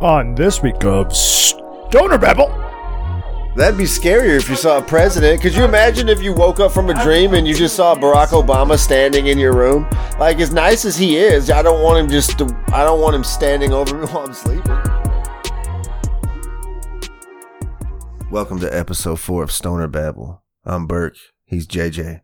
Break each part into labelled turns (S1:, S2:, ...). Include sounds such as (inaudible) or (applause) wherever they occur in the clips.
S1: on this week of Stoner Babble.
S2: That'd be scarier if you saw a president. Could you imagine if you woke up from a dream and you just saw Barack Obama standing in your room? Like as nice as he is, I don't want him just. To, I don't want him standing over me (laughs) while I'm sleeping. Welcome to episode four of Stoner Babble. I'm Burke. He's JJ.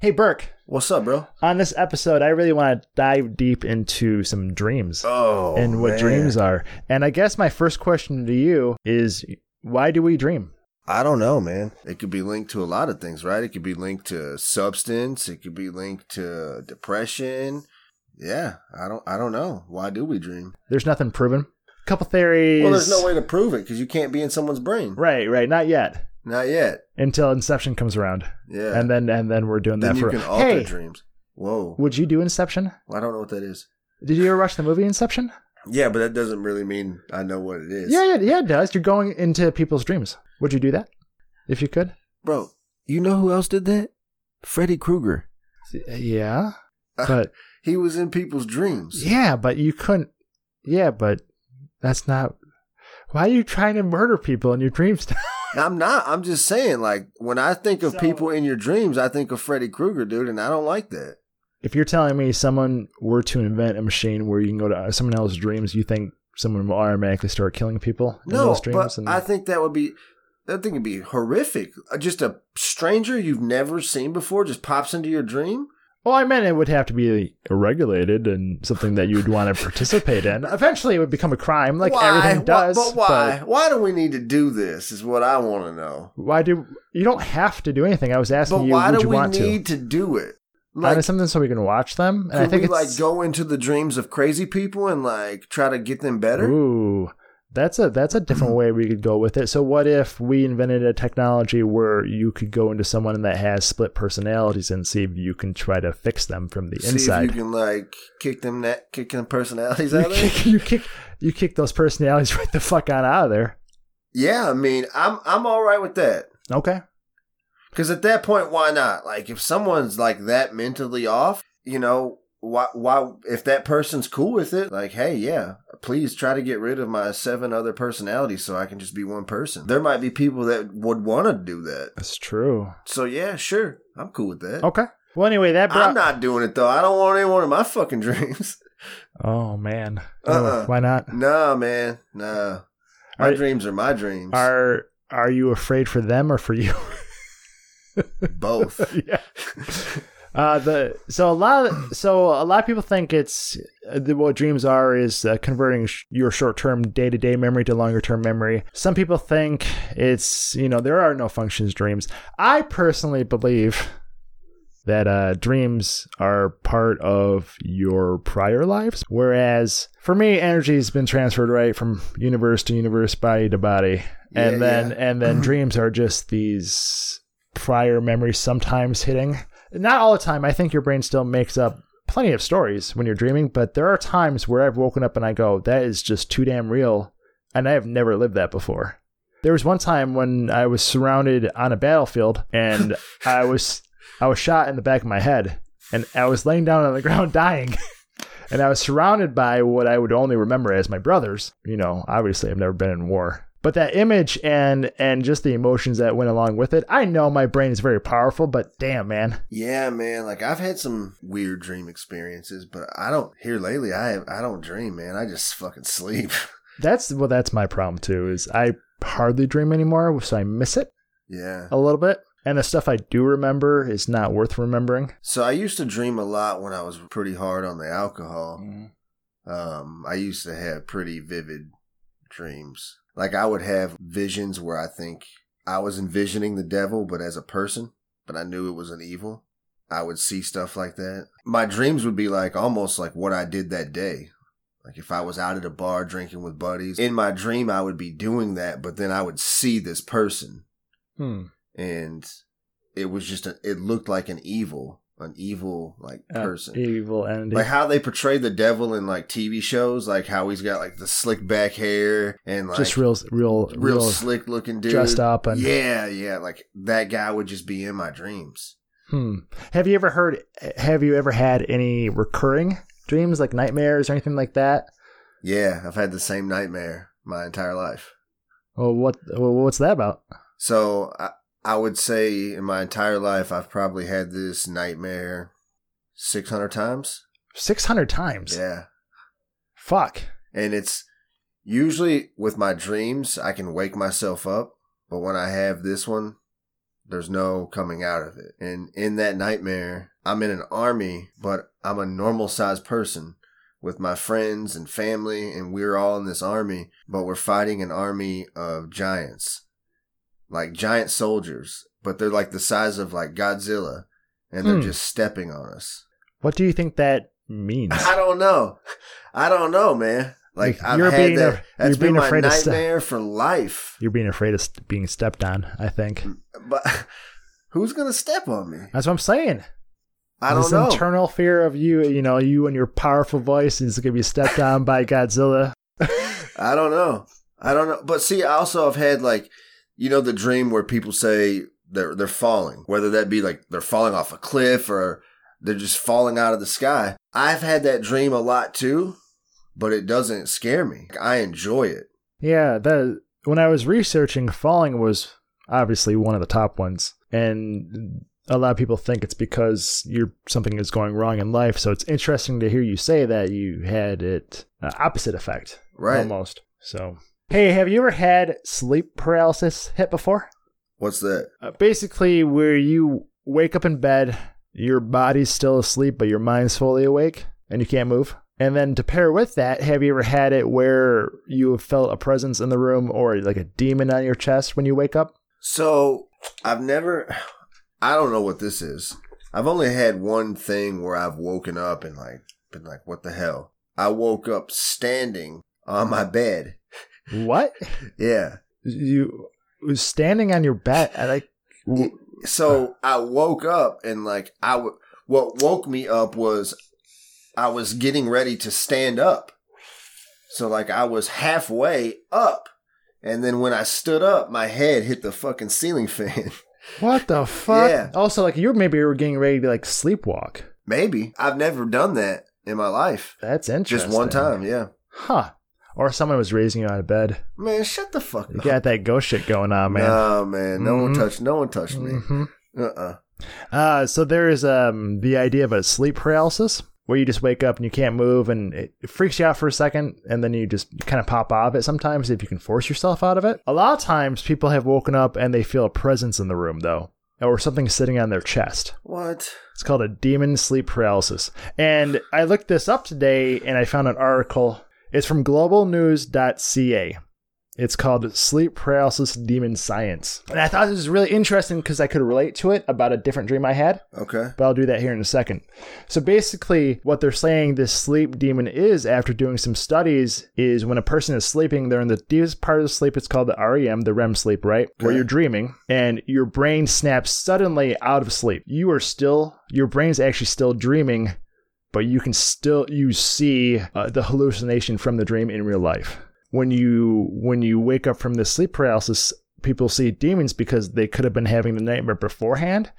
S3: Hey, Burke,
S2: What's up, bro?
S3: on this episode, I really want to dive deep into some dreams
S2: Oh,
S3: and what dreams are. And I guess my first question to you is why do we dream?
S2: I don't know, man. It could be linked to a lot of things, right? It could be linked to substance. It could be linked to depression. Yeah, I don't, I don't know. Why do we dream?
S3: There's nothing proven. Couple theories.
S2: Well, there's no way to prove it because you can't be in someone's brain.
S3: Right, right. Not yet.
S2: Not yet.
S3: Until Inception comes around.
S2: Yeah.
S3: And then and then we're doing
S2: then
S3: that
S2: you
S3: for
S2: can alter
S3: Hey,
S2: dreams. Whoa.
S3: would you do Inception?
S2: I don't know what that is.
S3: Did you ever watch the movie Inception?
S2: Yeah, but that doesn't really mean I know what it is.
S3: Yeah, yeah, yeah, it does. You're going into people's dreams. Would you do that? If you could?
S2: Bro, you know who else did that? Freddy Krueger.
S3: Yeah. But
S2: He was in people's dreams.
S3: Yeah, but you couldn't. Yeah, but that's not. Why are you trying to murder people in your dreams? (laughs)
S2: I'm not. I'm just saying, like, when I think of people in your dreams, I think of Freddy Krueger, dude, and I don't like that.
S3: if you're telling me someone were to invent a machine where you can go to uh, someone else's dreams, you think someone will automatically start killing people in
S2: No,
S3: those dreams?
S2: but I think that would be that thing would be horrific. Uh, Just a stranger you've never seen before just pops into your dream.
S3: well, I meant it would have to be regulated and something that you'd want (laughs) to participate in. Eventually, it would become a crime, like
S2: why?
S3: everything
S2: Why-
S3: does.
S2: but why? why do we need to do this? Is what I want to know.
S3: but why do you don't have to do anything? I was asking
S2: But
S3: you,
S2: why
S3: would
S2: do
S3: you
S2: we
S3: want to?
S2: need to, do it?
S3: I mean,
S2: Like,
S3: something so we can watch them. And
S2: could
S3: I think
S2: we
S3: it's
S2: like go into the dreams of crazy people and like try to get them better?
S3: Ooh, that's a that's a
S2: (clears throat)
S3: different way we could go with it. So what if we invented a technology where you could go into someone that has split personalities and see if you can try to fix them from the
S2: See
S3: inside?
S2: if you can like kick them, net, kick them personalities
S3: You (laughs)
S2: out of there.
S3: kick, you kick you kick those personalities (laughs) right the fuck on out of there.
S2: Yeah, I mean, I'm I'm all right with that.
S3: Okay.
S2: Because at that point, why not? Like, if someone's like that mentally off, you know, why why if that person's cool with it, like, hey, yeah, please try to get rid of my seven other personalities so I can just be one person. There might be people that would want to do that.
S3: That's true.
S2: So yeah, sure, I'm cool with that.
S3: Okay. Well anyway, that brought
S2: I'm not doing it though. I don't want anyone in my fucking (laughs) dreams.
S3: Oh man.
S2: Uh-uh.
S3: why not?
S2: nah, man, nah. My
S3: Are-
S2: dreams are my dreams.
S3: Are are you afraid for them or for you? (laughs)
S2: Both.
S3: yeah. Uh, the so a lot of, so a lot of people think it's uh, the- what dreams are is uh, converting sh- your short term day to day memory to longer term memory. Some people think it's you know there are no functions dreams. I personally believe that uh, dreams are part of your prior lives, whereas for me energy has been transferred right from universe to universe, body to body,
S2: Yeah,
S3: and then
S2: yeah. (laughs)
S3: and then dreams are just these prior memories sometimes hitting. Not all the time. I think your brain still makes up plenty of stories when you're dreaming, but there are times where I've woken up and I go, that is just too damn real. And I have never lived that before. There was one time when I was surrounded on a battlefield and I was I was shot in the back of my head and I was laying down on the (laughs) ground dying. and I was surrounded by what I would only remember as my brothers. You know, obviously I've never been in war. But that image and and just the emotions that went along with it, I know my brain is very powerful, but damn man.
S2: Yeah, man. Like I've had some weird dream experiences, but I don't. Here lately, I have, I don't dream, man. I just fucking sleep. (laughs)
S3: That's well that's my problem too, is I hardly dream anymore, so I miss it
S2: yeah.
S3: a little bit. And the stuff I do remember is not worth remembering.
S2: So I used to dream a lot when I was pretty hard on the alcohol. Um, I used to have pretty vivid dreams. Like I would have visions where I think I was envisioning the devil, but as a person, but I knew it was an evil. I would see stuff like that. My dreams would be like almost like what I did that day. Like if I was out at a bar drinking with buddies, in my dream I would be doing that, but then I would see this person
S3: Hmm.
S2: and it was just a, it looked like an evil, an evil like
S3: Uh,
S2: person.
S3: evil entity.
S2: like how they portray the devil in like TV shows, like how he's got like the slick back hair and like
S3: just real real
S2: real
S3: real
S2: slick looking dude
S3: dressed up and-
S2: yeah, yeah, like that guy would just be in my dreams.
S3: Hmm. Have you ever heard? Have you ever had any recurring dreams, like nightmares or anything like that?
S2: Yeah, I've had the same nightmare. my entire life.
S3: Well, what well, what's that about?
S2: So I, I would say in my entire life, I've probably had this nightmare 600 times.
S3: Six hundred times.
S2: Yeah.
S3: Fuck.
S2: And it's usually with my dreams, I can wake myself up. But when I have this one, there's no coming out of it. And in that nightmare, I'm in an army, but I'm a normal sized person with my friends and family, and we're all in this army, but we're fighting an army of giants, like giant soldiers, but they're like the size of like Godzilla, and they're
S3: Hmm.
S2: just stepping on us.
S3: What do you think that
S2: (laughs)
S3: means?
S2: I don't know. I don't know, man. Like,
S3: Like,
S2: I've
S3: you're
S2: had
S3: being
S2: that.
S3: a-
S2: that's
S3: you're being
S2: been my
S3: afraid of stuff.
S2: nightmare for life.
S3: You're being afraid of st- being stepped on. I think
S2: But (laughs) who's gonna step on me?
S3: that's what I'm saying.
S2: I don't
S3: this
S2: know.
S3: internal fear of you, you know, you and your powerful voice is going to be stepped on by Godzilla.
S2: I don't know. I don't know. But see, I also have had like, you know, the dream where people say they're they're falling, whether that be like they're falling off a cliff or they're just falling out of the sky. I've had that dream a lot too, but it doesn't scare me. I enjoy it.
S3: Yeah, that when I was researching, falling was obviously one of the top ones, and a lot of people think it's because you're something is going wrong in life. So it's interesting to hear you say that you had it uh, opposite effect,
S2: Right.
S3: Almost. So, hey, have you ever had sleep paralysis hit before?
S2: What's that?
S3: Uh, basically, where you wake up in bed, your body's still asleep, but your mind's fully awake and you can't move. And then to pair with that, have you ever had it where you have felt a presence in the room or like a demon on your chest when you wake up?
S2: So I've never. I don't know what this is. I've only had one thing where I've woken up and like been like, what the hell? I woke up standing on my bed.
S3: What?
S2: Yeah.
S3: You was standing on your bed. I like. w-
S2: so I woke up and like I w- what woke me up was I was getting ready to stand up. So like I was halfway up and then when I stood up my head hit the fucking ceiling (laughs) fan.
S3: What the fuck?
S2: Yeah.
S3: Also, like you maybe were getting ready to like sleepwalk.
S2: Maybe. I've never done that in my life.
S3: That's interesting.
S2: Just one time, yeah.
S3: huh? Or someone was raising you out of bed.
S2: Man, shut the fuck
S3: You
S2: up.
S3: got that ghost shit going on, man.
S2: No, man. No one
S3: Mhm.
S2: touched no one touched me.
S3: Mhm.
S2: Uh-uh.
S3: Uh, so there is um, the idea of a sleep paralysis where you just wake up and you can't move and it freaks you out for a second and then you just kind of pop out of it sometimes if you can force yourself out of it. A lot of times people have woken up and they feel a presence in the room though or something sitting on their chest.
S2: What?
S3: It's called a demon sleep paralysis. And I looked this up today and I found an article. It's from globalnews.ca. It's called Sleep Paralysis Demon Science. And I thought this was really interesting because I could relate to it about a different dream I had
S2: Okay.
S3: but I'll do that here in a second. So basically, what they're saying this sleep demon is, after doing some studies, is when a person is sleeping, they're in the deepest part of the sleep. It's called the REM, the REM sleep, right? Where
S2: Okay.
S3: you're dreaming and your brain snaps suddenly out of sleep. You are still, your brain's actually still dreaming, but you can still you see uh, the hallucination from the dream in real life. When you when you wake up from the sleep paralysis, people see demons because they could have been having the nightmare beforehand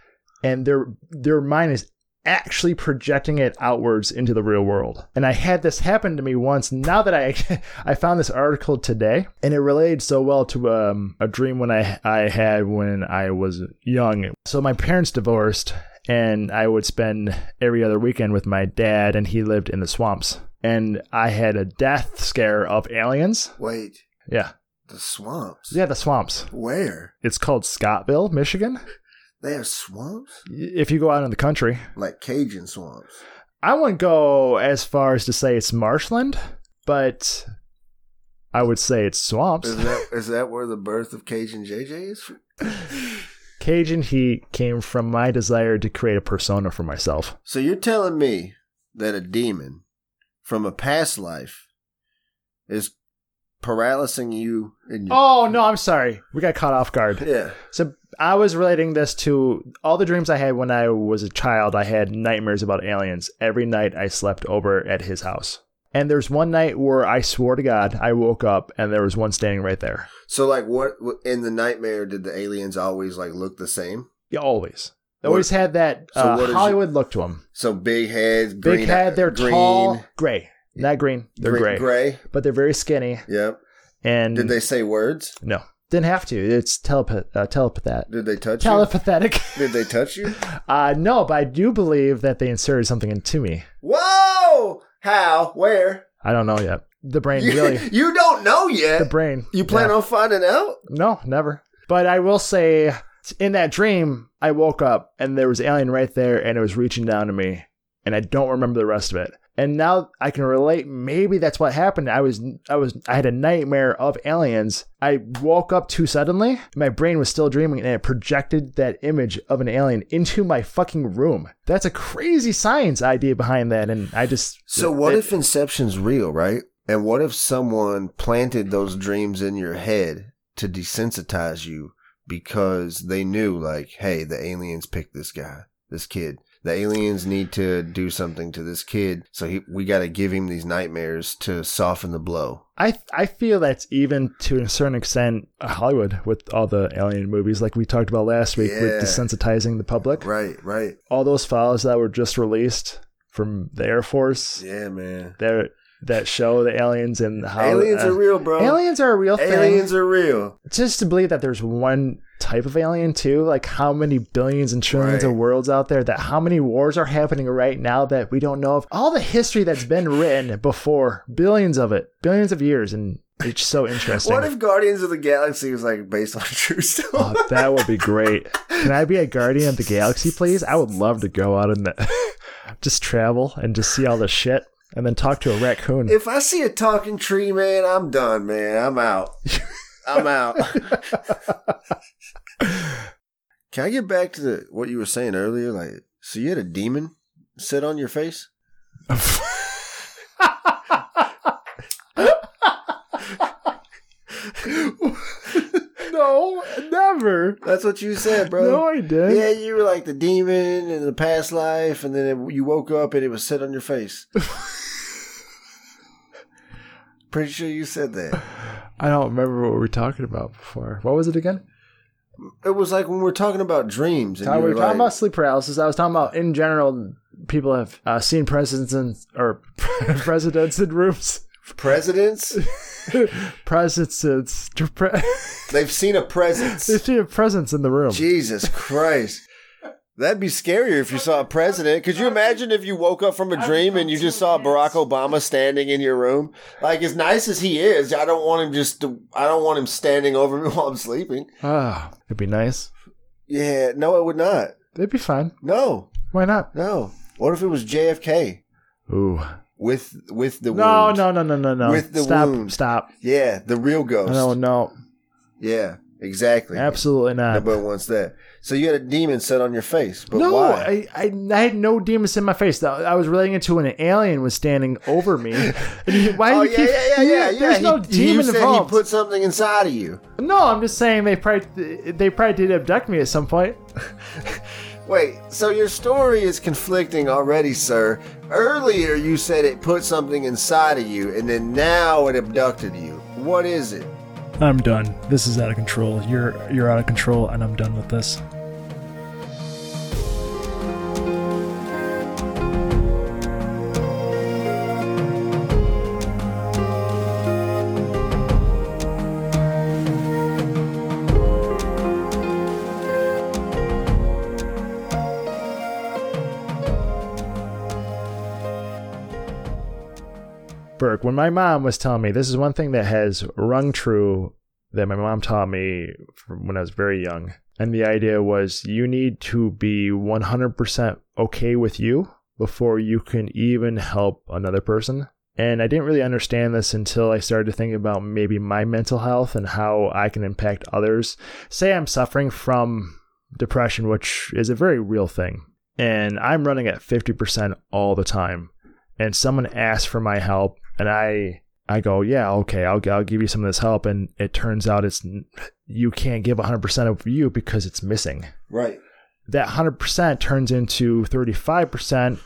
S3: and their their mind is actually projecting it outwards into the real world. And I had this happen to me once. Now that I (laughs) I found this article today, and it related so well to um, a dream when I I had when I was young. So my parents divorced, and I would spend every other weekend with my dad, and he lived in the swamps. And I had a death scare of aliens.
S2: Wait.
S3: Yeah,
S2: The swamps.
S3: yeah, the swamps.
S2: Where?
S3: It's called Scottville, Michigan.
S2: They have swamps?
S3: If you go out in the country,
S2: Like Cajun swamps.
S3: I wouldn't go as far as to say it's marshland, but I would say it's swamps.
S2: Is
S3: (laughs)
S2: that is that where the birth of Cajun JJ is? from?
S3: Cajun heat came from my desire to create a persona for myself.
S2: So you're telling me that a demon from a past life is paralyzing you in your
S3: Oh no, I'm sorry. We got caught off guard.
S2: yeah.
S3: So I was relating this to all the dreams I had when I was a child. I had nightmares about aliens. Every night I slept over at his house. And there's one night where I swore to God I woke up and there was one standing right there.
S2: So like what what- in the nightmare did the aliens always like look the same?
S3: Yeah, always.
S2: What-
S3: always had that
S2: so
S3: uh,
S2: what is your-
S3: Hollywood look to him.
S2: So big heads, green, e- uh,
S3: Big head. They're
S2: green,
S3: tall, gray, Mm-hmm. not green. They're
S2: green-
S3: gray,
S2: gray.
S3: but they're very skinny,
S2: Yep.
S3: And
S2: Did they say words?
S3: No, didn't have to. It's telepath, uh, telepathat,
S2: Did they touch
S3: telepathic.
S2: you? Did they touch you?
S3: (laughs) Uh, no, but I do believe that they inserted something into me.
S2: Whoa! How? Where?
S3: I don't know yet.
S2: (laughs)
S3: The brain
S2: You,
S3: really,
S2: you don't know yet.
S3: the brain.
S2: you plan
S3: Yeah.
S2: on finding out?
S3: No, never. But I will say, in that dream, I woke up and there was an alien right there, and it was reaching down to me, and I don't remember the rest of it. And now I can relate. Maybe that's what happened. I was, I was, I had a nightmare of aliens. I woke up too suddenly. My brain was still dreaming, and it projected that image of an alien into my fucking room. That's a crazy science idea behind that, and I just.
S2: So what
S3: it-
S2: if Inception's real, right? And what if someone planted those dreams in your head to desensitize you because they knew like, hey, the aliens picked this guy, this kid. The aliens need to do something to this kid, so he, we got to give him these nightmares to soften the blow.
S3: I I feel that's even to a certain extent Hollywood with all the alien movies, like we talked about last week,
S2: Yeah.
S3: with desensitizing the public.
S2: Right, right.
S3: All those files that were just released from the Air Force,
S2: Yeah, man.
S3: that that show the aliens and how
S2: aliens
S3: uh,
S2: are real, bro.
S3: Aliens are a real thing.
S2: aliens are real.
S3: Just to believe that there's one type of alien too, like how many billions and trillions of
S2: Right.
S3: worlds out there, that how many wars are happening right now that we don't know of. All the history that's been written before, billions of it, billions of years, and it's so interesting.
S2: (laughs) What if Guardians of the Galaxy was like based on true story?
S3: Oh, that would be great. Can I be a guardian of the galaxy, please? I would love to go out and (laughs) just travel and just see all this shit and then talk to a raccoon.
S2: If I see a talking tree, man, I'm done, man. I'm
S3: (laughs)
S2: out. I'm out. Can I get back to the what you were saying earlier? Like, so you had a demon sit on your face?
S3: no, never.
S2: That's what you said, bro.
S3: No, I didn't.
S2: yeah, you were like the demon in the past life, and then it, you woke up and it was sit on your
S3: (laughs)
S2: face. Pretty sure you said that.
S3: I don't remember what we were talking about before. What was it again?
S2: It was like when we were talking about dreams. And
S3: I
S2: you
S3: we
S2: were
S3: were talking
S2: like-
S3: about sleep paralysis. I was talking about in general, people have uh, seen presidents in, or (laughs) presidents in rooms. (laughs)
S2: presidents.
S3: presidents. in- Pre-
S2: They've seen a presence.
S3: they see a presence in the room.
S2: Jesus Christ. That'd be scarier if you saw a president. Could you imagine if you woke up from a dream and you just saw Barack Obama standing in your room? Like as nice as he is, I don't want him just to, I don't want him standing over me (laughs) while I'm sleeping.
S3: Ah, it'd be nice.
S2: Yeah, no, it would not.
S3: It'd be fun.
S2: No,
S3: Why not?
S2: no. What if it was JFK
S3: Ooh.
S2: with with the
S3: No,
S2: wound?
S3: no, no, no, no, no.
S2: With the
S3: stop,
S2: wound. Oh,
S3: stop.
S2: Yeah, the real ghost.
S3: No, no,
S2: Yeah, exactly.
S3: absolutely not.
S2: Nobody wants that. So you had a demon set on your face, but
S3: no,
S2: why?
S3: I, I, I had no demons in my face. I I was relating it to when an alien was standing
S2: (laughs)
S3: over me. And he, why
S2: Oh
S3: do you
S2: yeah,
S3: keep?
S2: yeah, yeah,
S3: you-
S2: yeah, yeah.
S3: There's
S2: He-
S3: no
S2: you
S3: demon
S2: said
S3: involved.
S2: He put something inside of you.
S3: no, I'm just saying they probably they probably did abduct me at some point.
S2: Wait, so your story is conflicting already, sir. Earlier you said it put something inside of you, and then now it abducted you. What is it?
S1: I'm done. This is out of control. You're you're out of control, and I'm done with this.
S3: Burke, when my mom was telling me, this is one thing that has rung true that my mom taught me from when I was very young. And the idea was you need to be 100% okay with you before you can even help another person. And I didn't really understand this until I started to think about maybe my mental health and how I can impact others. Say I'm suffering from depression, which is a very real thing, and I'm running at 50% all the time and someone asks for my help and i i go yeah okay i'll, I'll give you some of this help and it turns out it's n- you can't give 100% of you because it's missing
S2: Right.
S3: that 100% turns into 35%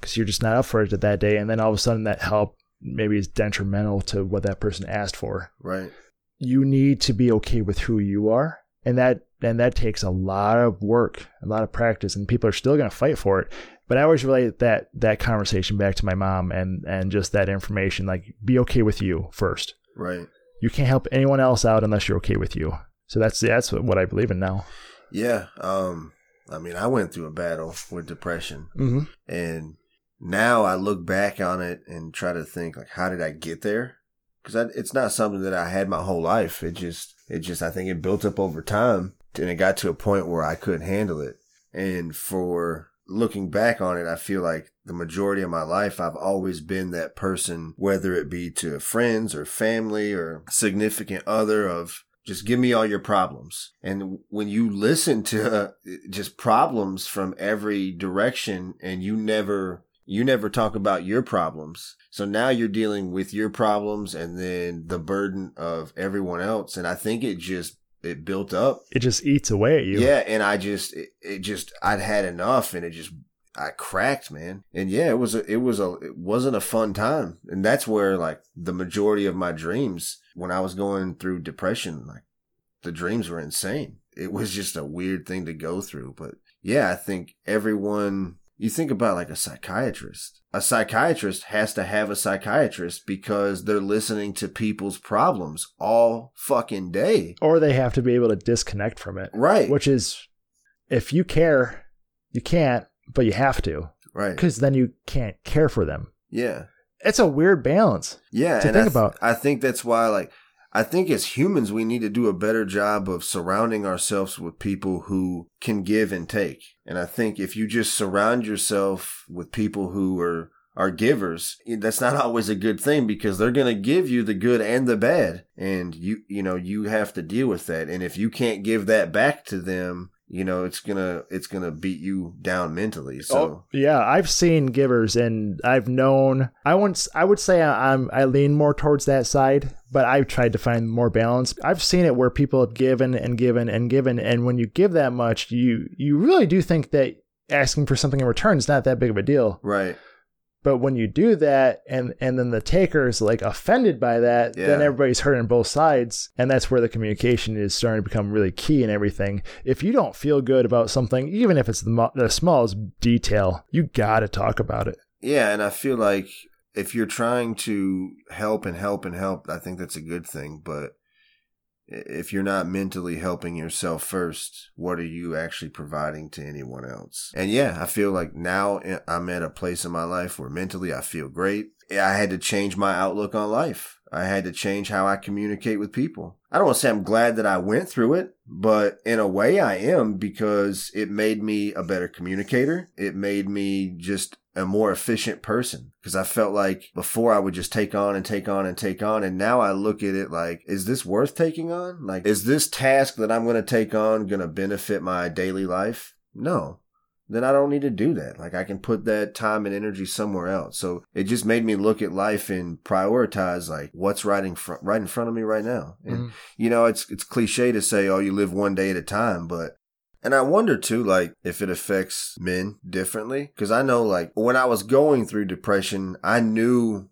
S3: because you're just not up for it that day and then all of a sudden that help maybe is detrimental to what that person asked for
S2: Right.
S3: you need to be okay with who you are and that and that takes a lot of work a lot of practice and people are still going to fight for it but i always relate that that conversation back to my mom and and just that information like be okay with you first
S2: Right.
S3: You can't help anyone else out unless you're okay with you. So that's that's what I believe in now.
S2: Yeah. Um, I mean, I went through a battle with depression,
S3: Mm-hmm.
S2: and now I look back on it and try to think like, how did I get there? Because it's not something that I had my whole life. It just, it just, I think it built up over time, and it got to a point where I couldn't handle it. And for looking back on it, I feel like the majority of my life, I've always been that person, whether it be to friends or family or significant other of just give me all your problems. And when you listen to (laughs) uh, just problems from every direction and you never, you never talk about your problems. So now you're dealing with your problems and then the burden of everyone else. And I think it just, it built up
S3: It just eats away at you.
S2: yeah, and I just it, it just I'd had enough, and it just I cracked, man. And yeah, it was a it was a it wasn't a fun time, and that's where like the majority of my dreams when I was going through depression, like the dreams were insane. It was just a weird thing to go through, but yeah, I think everyone. You think about like a psychiatrist. A psychiatrist has to have a psychiatrist because they're listening to people's problems all fucking day.
S3: Or they have to be able to disconnect from it,
S2: Right.
S3: which is if you care, you can't, but you have to
S2: right.
S3: because then you can't care for them.
S2: Yeah.
S3: It's a weird balance.
S2: Yeah,
S3: to
S2: and
S3: think
S2: I th-
S3: about.
S2: I think that's why, like, I think as humans, we need to do a better job of surrounding ourselves with people who can give and take. And I think if you just surround yourself with people who are are givers, that's not (laughs) always a good thing because they're going to give you the good and the bad, and you you know you have to deal with that. And if you can't give that back to them, you know it's gonna it's gonna beat you down mentally. So
S3: yeah, I've seen givers, and I've known. I once I would say I- I'm I lean more towards that side, but I've tried to find more balance. I've seen it where people have given and given and given, and when you give that much, you you really do think that asking for something in return is not that big of a deal.
S2: right,
S3: But when you do that, and and then the taker is like offended by that, then
S2: Yeah.
S3: everybody's hurting both sides, and that's where the communication is starting to become really key in everything. If you don't feel good about something, even if it's the, mo- the smallest detail, you gotta talk about it.
S2: Yeah, and I feel like if you're trying to help and help and help, I think that's a good thing. But i- if you're not mentally helping yourself first, what are you actually providing to anyone else? And yeah, I feel like now I- I'm at a place in my life where mentally I feel great. I had to change my outlook on life. I had to change how I communicate with people. I don't want to say I'm glad that I went through it, but in a way I am because it made me a better communicator. It made me just a more efficient person because I felt like before I would just take on and take on and take on. And now I look at it like, is this worth taking on? Like, is this task that I'm going to take on going to benefit my daily life? No. Then I don't need to do that. Like, I can put that time and energy somewhere else. So it just made me look at life and prioritize like what's right in front, right in front of me right now. And you know, it's it's cliche to say, "Oh, you live one day at a time," but and I wonder too, like if it affects men differently, because I know, like when I was going through depression, I knew,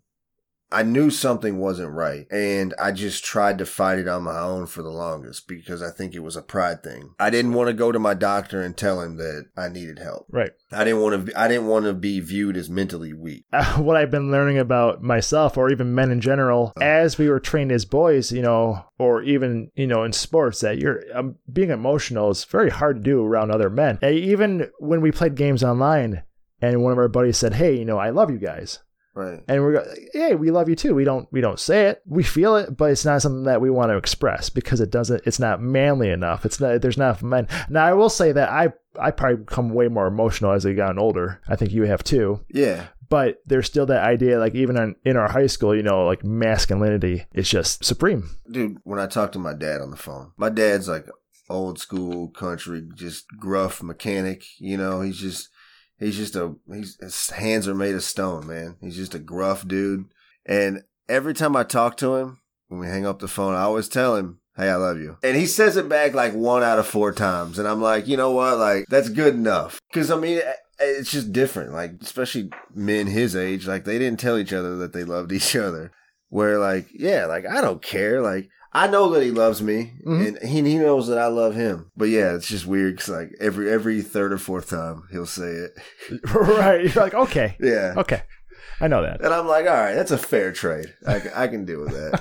S2: I knew something wasn't right, and I just tried to fight it on my own for the longest because I think it was a pride thing. I didn't want to go to my doctor and tell him that I needed help.
S3: Right.
S2: I didn't want to. I didn't want to be viewed as mentally weak.
S3: Uh, (laughs) what I've been learning about myself, or even men in general, as we were trained as boys, you know, or even you know in sports, that you're um, being emotional is very hard to do around other men. And even when we played games online, and one of our buddies said, "Hey, you know, I love you guys,"
S2: Right.
S3: and we're go- hey we love you too we don't we don't say it we feel it but it's not something that we want to express because it doesn't it's not manly enough it's not there's not men now i will say that i i probably become way more emotional as i've gotten older i think you have too
S2: Yeah.
S3: but there's still that idea like even on, in our high school you know like masculinity is just supreme
S2: dude, when I talk to my dad on the phone, my dad's like old school country, just gruff mechanic. You know, he's just he's just a he's, his hands are made of stone, man. He's just a gruff dude. And every time I talk to him, when we hang up the phone, I always tell him, "Hey, I love you," and he says it back like one out of four times, and I'm like, you know what, like that's good enough, because I mean. eh, It's just different, like especially men his age, like they didn't tell each other that they loved (laughs) each other where like yeah like i don't care like i know that he loves me
S3: Mhm.
S2: and he, he knows that i love him but yeah it's just weird because like every every third or fourth time he'll say it
S3: (laughs) right you're like okay
S2: yeah
S3: okay i know that
S2: and i'm like all right that's a fair trade i, c- I can deal with that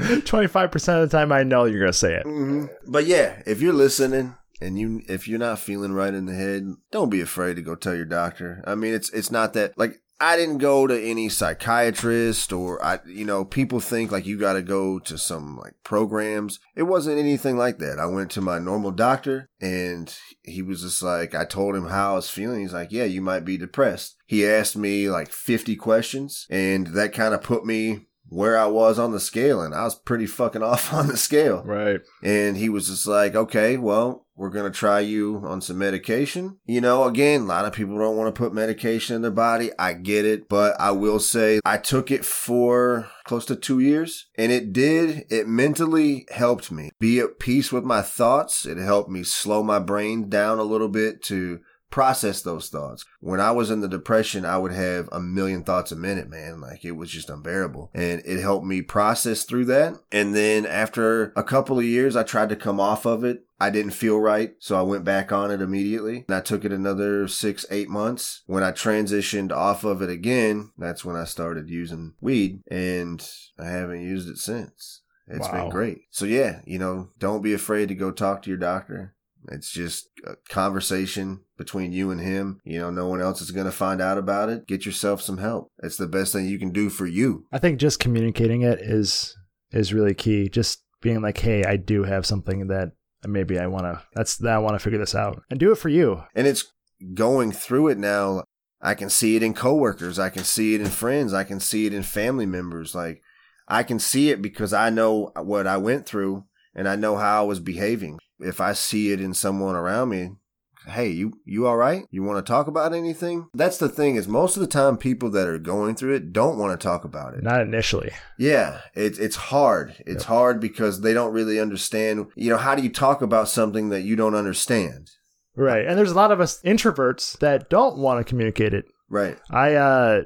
S3: 25% of the time, I know you're going to say it.
S2: hmm But yeah, if you're listening and you if you're not feeling right in the head, don't be afraid to go tell your doctor. I mean, it's it's not that like I didn't go to any psychiatrist or I you know, people think like you got to go to some like programs. It wasn't anything like that. I went to my normal doctor and he was just like I told him how I was feeling. He's like, "Yeah, you might be depressed." He asked me like 50 questions and that kind of put me where I was on the scale and I was pretty fucking (laughs) off on the scale.
S3: Right.
S2: And he was just like, okay, well, we're going to try you on some medication. You know, again, a lot of people don't want to put medication in their body. I get it, but I will say I took it for close to two years and it did, it mentally helped me be at peace with my thoughts. It helped me slow my brain down a little bit to process those thoughts. When I was in the depression, I would have a million thoughts a minute, man. Like it was just unbearable. And it helped me process through that. And then after a couple of years, I tried to come off of it. I didn't feel right. So I went back on it immediately. And I took it another six, eight months. When I transitioned off of it again, that's when I started using weed. And I haven't used it since. It's
S3: Wow.
S2: been great. So yeah, you know, don't be afraid to go talk to your doctor. It's just a conversation between you and him. You know, no one else is going to find out about it. Get yourself some help. It's the best thing you can do for you.
S3: I think just communicating it is is really key. Just being like, "Hey, I do have something that maybe I want to. That's that I want to figure this out and do it for you."
S2: And it's going through it now. I can see it in coworkers. I can see it in friends. I can see it in family members. Like, I can see it because I know what I went through and I know how I was behaving. If I see it in someone around me, hey you you all right you want to talk about anything that's the thing is most of the time people that are going through it don't want to talk about it
S3: Not initially.
S2: Yeah, it's it's hard. It's hard because they don't really understand. You know, how do you talk about something that you don't understand?
S3: Right. And there's a lot of us introverts that don't want to communicate it.
S2: Right.
S3: I uh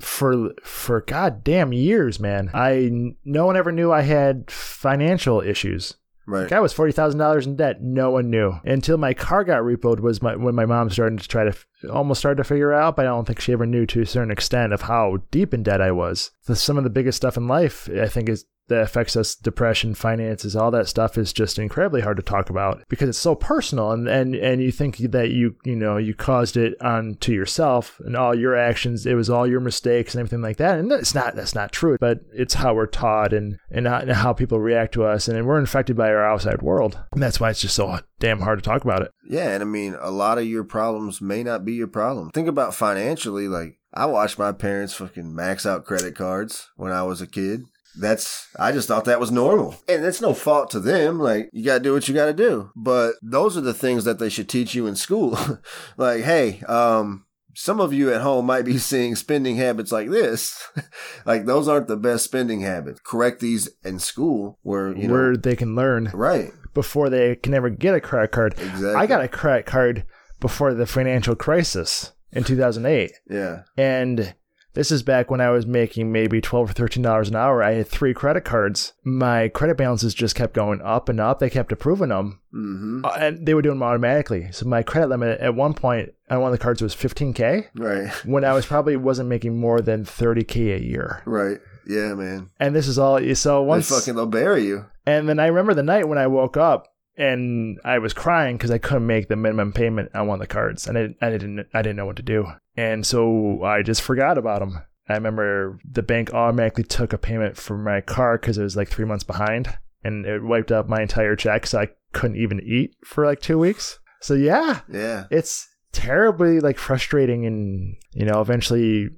S3: for for goddamn years, man. I no one ever knew I had financial issues.
S2: Right.
S3: Like I was forty thousand dollars in debt. No one knew until my car got repoed. Was my when my mom started to try to f- almost started to figure out, but I don't think she ever knew to a certain extent of how deep in debt I was. The, some of the biggest stuff in life, I think, is that affects us: depression, finances, all that stuff is just incredibly hard to talk about because it's so personal, and and and you think that you you know you caused it onto yourself and all your actions. It was all your mistakes and everything like that. And that's not that's not true, but it's how we're taught and and how, and how people react to us, and, we're infected by our outside world, and that's why it's just so damn hard to talk about it.
S2: Yeah, and I mean, a lot of your problems may not be your problem. Think about financially. Like, I watched my parents fucking max out credit cards when I was a kid. That's, I just thought that was normal. And it's no fault to them. Like, you got to do what you got to do. But those are the things that they should teach you in school. (laughs) like, hey, um, some of you at home might be (laughs) seeing spending habits like this. (laughs) like, those aren't the best spending habits. Correct these in school where, you know,
S3: Where they can learn
S2: right.
S3: before they can ever get a credit card.
S2: Exactly.
S3: I got a credit card before the financial crisis in two thousand eight.
S2: Yeah.
S3: and this is back when I was making maybe twelve or thirteen dollars an hour. I had three credit cards. My credit balances just kept going up and up. They kept approving them,
S2: Mm
S3: Uh, and they were doing them automatically. So my credit limit at one point on one of the cards was fifteen k.
S2: hmm. Right. (laughs)
S3: When I was probably wasn't making more than thirty k a year,
S2: Right. Yeah, man.
S3: and this is all. So once
S2: they fucking they'll bury you.
S3: and then I remember the night when I woke up and I was crying because I couldn't make the minimum payment on one of the cards, and I, I didn't I didn't know what to do, and so I just forgot about them. I remember the bank automatically took a payment for my car because it was like three months behind, and it wiped out my entire check, so I couldn't even eat for like two weeks. So yeah,
S2: Yeah.
S3: it's terribly like frustrating and you know eventually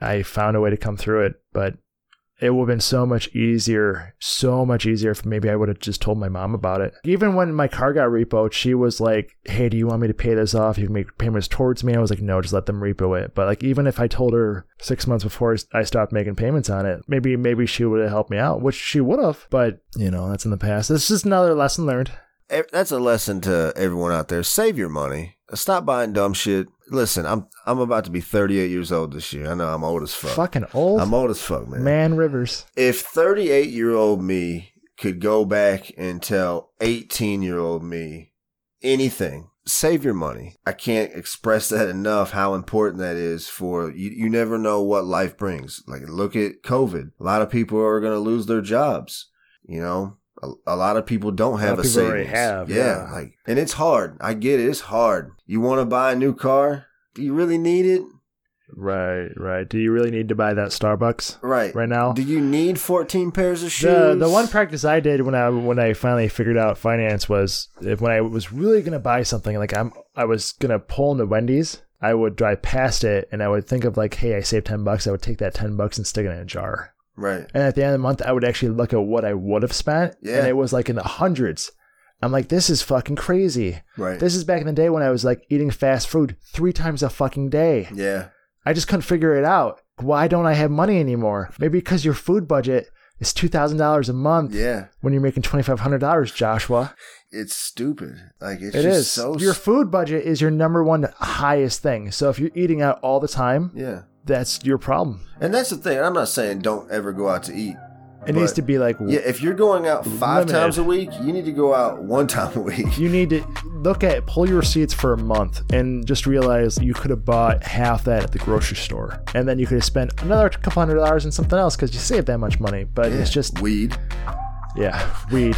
S3: i found a way to come through it but it would have been so much easier so much easier if maybe i would have just told my mom about it even when my car got repoed she was like hey do you want me to pay this off you can make payments towards me i was like no just let them repo it but like even if i told her six months before i stopped making payments on it maybe maybe she would have helped me out which she would have but you know that's in the past it's just another lesson learned
S2: Ev- E, That's a lesson to everyone out there. Save your money. Stop buying dumb shit. Listen, I'm I'm about to be 38 years old this year. I know I'm old as fuck.
S3: fucking old
S2: I'm old as fuck, man.
S3: man rivers
S2: If 38 year old me could go back and tell 18 year old me anything, save your money. I can't express that enough how important that is for you. You never know what life brings. Like, look at COVID. A lot of people are going to lose their jobs. You know, a, a lot of people don't have
S3: lot
S2: a,
S3: of people already
S2: savings.
S3: have,
S2: yeah,
S3: yeah.
S2: like, and it's hard. I get it. It's hard. You want to buy a new car? Do you really need it?
S3: Right, right. Do you really need to buy that Starbucks
S2: Right.
S3: right now?
S2: Do you need fourteen pairs of shoes?
S3: The, the one practice I did when I when I finally figured out finance was if when I was really gonna buy something like I'm I was gonna pull into Wendy's I would drive past it and I would think of like hey I saved ten bucks I would take that ten bucks and stick it in a jar
S2: right.
S3: and at the end of the month I would actually look at what I would have spent
S2: Yeah.
S3: and it was like in the hundreds I'm like this is fucking crazy
S2: Right.
S3: this is back in the day when I was like eating fast food three times a fucking day
S2: yeah.
S3: I just couldn't figure it out. Why don't I have money anymore? Maybe because your food budget is two thousand dollars a month
S2: Yeah.
S3: when you're making twenty five hundred dollars, Joshua.
S2: It's stupid. Like it's
S3: It
S2: just
S3: is.
S2: so.
S3: your
S2: stu-
S3: food budget is your number one highest thing. So if you're eating out all the time,
S2: yeah.
S3: that's your problem.
S2: And that's the thing. I'm not saying don't ever go out to eat.
S3: It needs
S2: But-
S3: to be like
S2: Yeah, if you're going out five
S3: Mm-hmm. Limited.
S2: times a week, you need to go out one time a week.
S3: you need to look at pull your receipts for a month and just realize you could have bought half that at the grocery store and then you could have spent another couple hundred dollars on something else because you saved that much money but (laughs) it's just
S2: weed.
S3: Yeah, weed.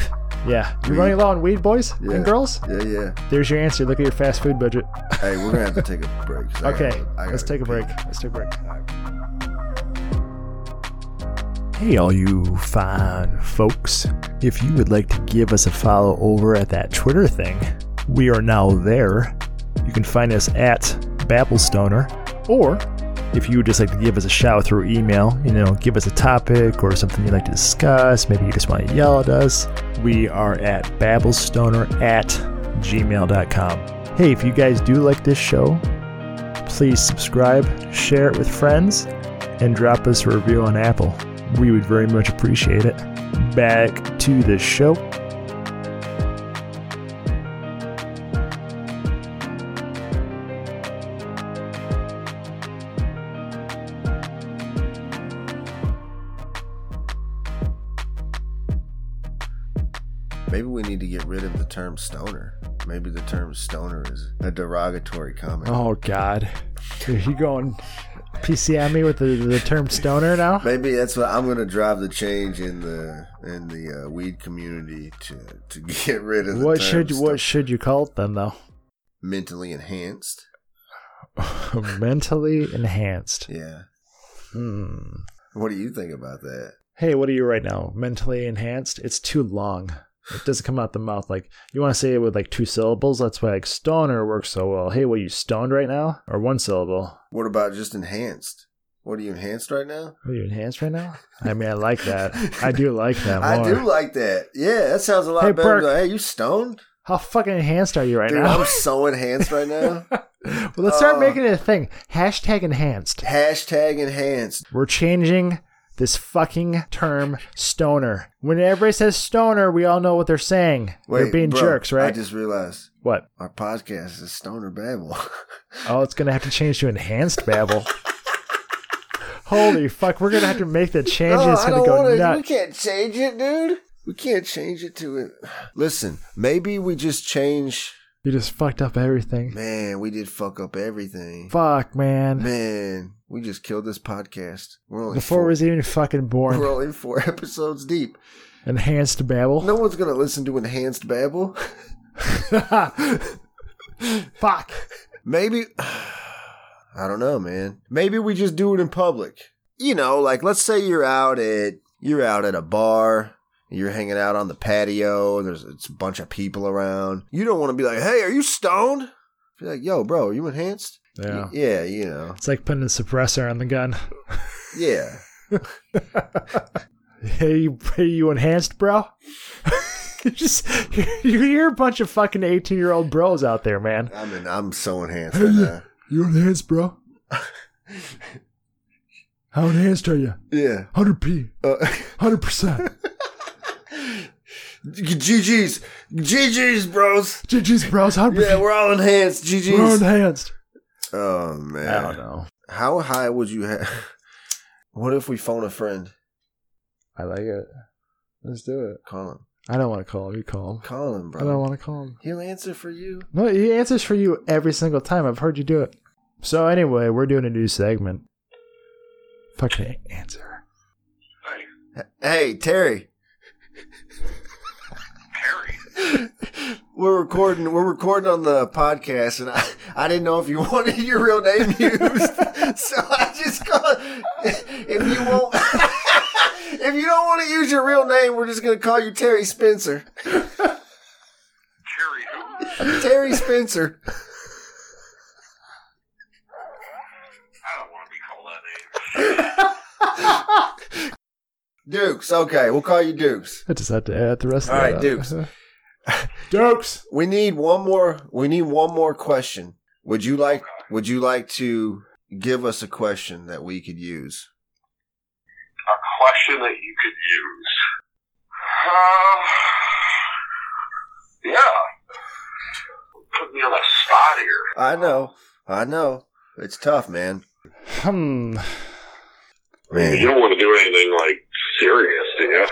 S3: Yeah. You running low on weed, boys
S2: Yeah.
S3: and girls?
S2: Yeah, yeah.
S3: There's your answer. Look at your fast food budget.
S2: Hey, we're gonna have to take a break. (laughs) 'cause I
S3: Okay,
S2: gotta- I
S3: let's
S2: gotta
S3: take a
S2: pee.
S3: break. Let's take a break. Hey, all you fine folks. If you would like to give us a follow over at that Twitter thing, we are now there. You can find us at Babblestoner, or if you would just like to give us a shout through email, you know, give us a topic or something you'd like to discuss, maybe you just want to yell at us, we are at babblestoner at gmail.com. Hey, if you guys do like this show, please subscribe, share it with friends, and drop us a review on Apple. We would very much appreciate it. Back to the show.
S2: Maybe we need to get rid of the term stoner. Maybe the term stoner is a derogatory comment.
S3: Oh, God. Are you going PCM me E with the, the term stoner now?
S2: Maybe that's what I'm gonna drive the change in the in the uh, weed community to to (laughs) get rid of. The
S3: What
S2: term
S3: should
S2: stoner.
S3: what should you call it then though?
S2: mentally enhanced?
S3: (laughs) Mentally enhanced.
S2: Yeah.
S3: Hmm.
S2: What do you think about that?
S3: Hey, what are you right now? Mentally enhanced? It's too long. It doesn't come out the mouth like you want to say it with like two syllables. That's why like stoner works so well. Hey, what you stoned right now? Or one syllable?
S2: What about just enhanced? What are you enhanced right now?
S3: What are you enhanced right now? I mean, I like that. I do like that
S2: (laughs)
S3: more.
S2: I do like that. Yeah, that sounds a lot
S3: Hey,
S2: better.
S3: Burke.
S2: than, hey, you stoned?
S3: How fucking enhanced are you right
S2: Dude,
S3: now?
S2: I'm so enhanced right
S3: (laughs)
S2: now.
S3: well, let's start
S2: Uh,
S3: making it a thing. Hashtag enhanced.
S2: Hashtag enhanced.
S3: We're changing this fucking term stoner. When everybody says stoner, we all know what they're saying. they're being
S2: bro,
S3: jerks,
S2: I
S3: right?
S2: just realized
S3: what?
S2: our podcast is Stoner
S3: (laughs)
S2: Babble.
S3: Oh, it's gonna have to change to enhanced babble. Holy fuck, we're gonna have to make
S2: (laughs)
S3: the change. and
S2: Oh,
S3: it's
S2: I
S3: gonna
S2: don't
S3: go
S2: wanna- We
S3: nuts.
S2: can't change it, dude. We can't change it to it. Listen, maybe we just change.
S3: You just fucked up everything.
S2: Man, we did fuck up everything.
S3: Fuck, man.
S2: Man, we just killed this podcast. We're only
S3: Before it
S2: four,
S3: was even fucking born.
S2: we're only four (laughs) episodes deep.
S3: Enhanced
S2: (laughs)
S3: babble.
S2: No one's gonna listen to enhanced babble.
S3: Fuck.
S2: (sighs) Maybe (sighs) I don't know, man. Maybe we just do it in public. You know, like let's say you're out at you're out at a bar, and you're hanging out on the patio, and there's it's a bunch of people around. You don't want to be like, "Hey, are you stoned?" Be like, "Yo, bro, are you enhanced?"
S3: Yeah.
S2: Y- yeah, you know,
S3: It's like putting a suppressor on the gun.
S2: yeah.
S3: Hey, you, hey, you enhanced, bro? (laughs) you just you hear a bunch of fucking eighteen year old bros out there, man.
S2: I mean, I'm so enhanced right now.
S3: You enhanced, (laughs) bro? How enhanced are you?
S2: Yeah.
S3: Hundred p,
S2: Uh, (laughs)
S3: hundred percent. (laughs)
S2: GG's, GG's, bros.
S3: GG's, bros. Hundred
S2: Yeah, we're all enhanced. GG's.
S3: enhanced.
S2: Oh man.
S3: I don't know.
S2: How high would you have? (laughs) What if we phone a friend?
S3: I like it. Let's do it.
S2: Call him.
S3: I don't want to call him. You call him.
S2: Call him,
S3: I don't
S2: bro.
S3: want to call him.
S2: He'll answer for you.
S3: No, he answers for you every single time. I've heard you do it. So anyway, we're doing a new segment. Fucking answer.
S2: Hey, Terry.
S4: Harry.
S2: We're recording. We're recording on the podcast, and I, I didn't know if you (laughs) wanted your real name used, (laughs) so I just call. If you won't, (laughs) if you don't want to use your real name, we're just gonna call you Terry Spencer.
S4: Terry who?
S2: Terry Spencer.
S4: I don't want to be called that name.
S2: (laughs) Dukes. Okay, we'll call you Dukes.
S3: I just had to add the rest
S2: All
S3: of that.
S2: right,
S3: up.
S2: Dukes.
S3: Dukes.
S2: We need one more. We need one more question. Would you like? Would you like to give us a question that we could use?
S4: A question that you could use. Uh, yeah. Put me on the spot here.
S2: I know. I know. It's tough, man.
S3: Hmm.
S4: You don't want to do anything like serious, do you?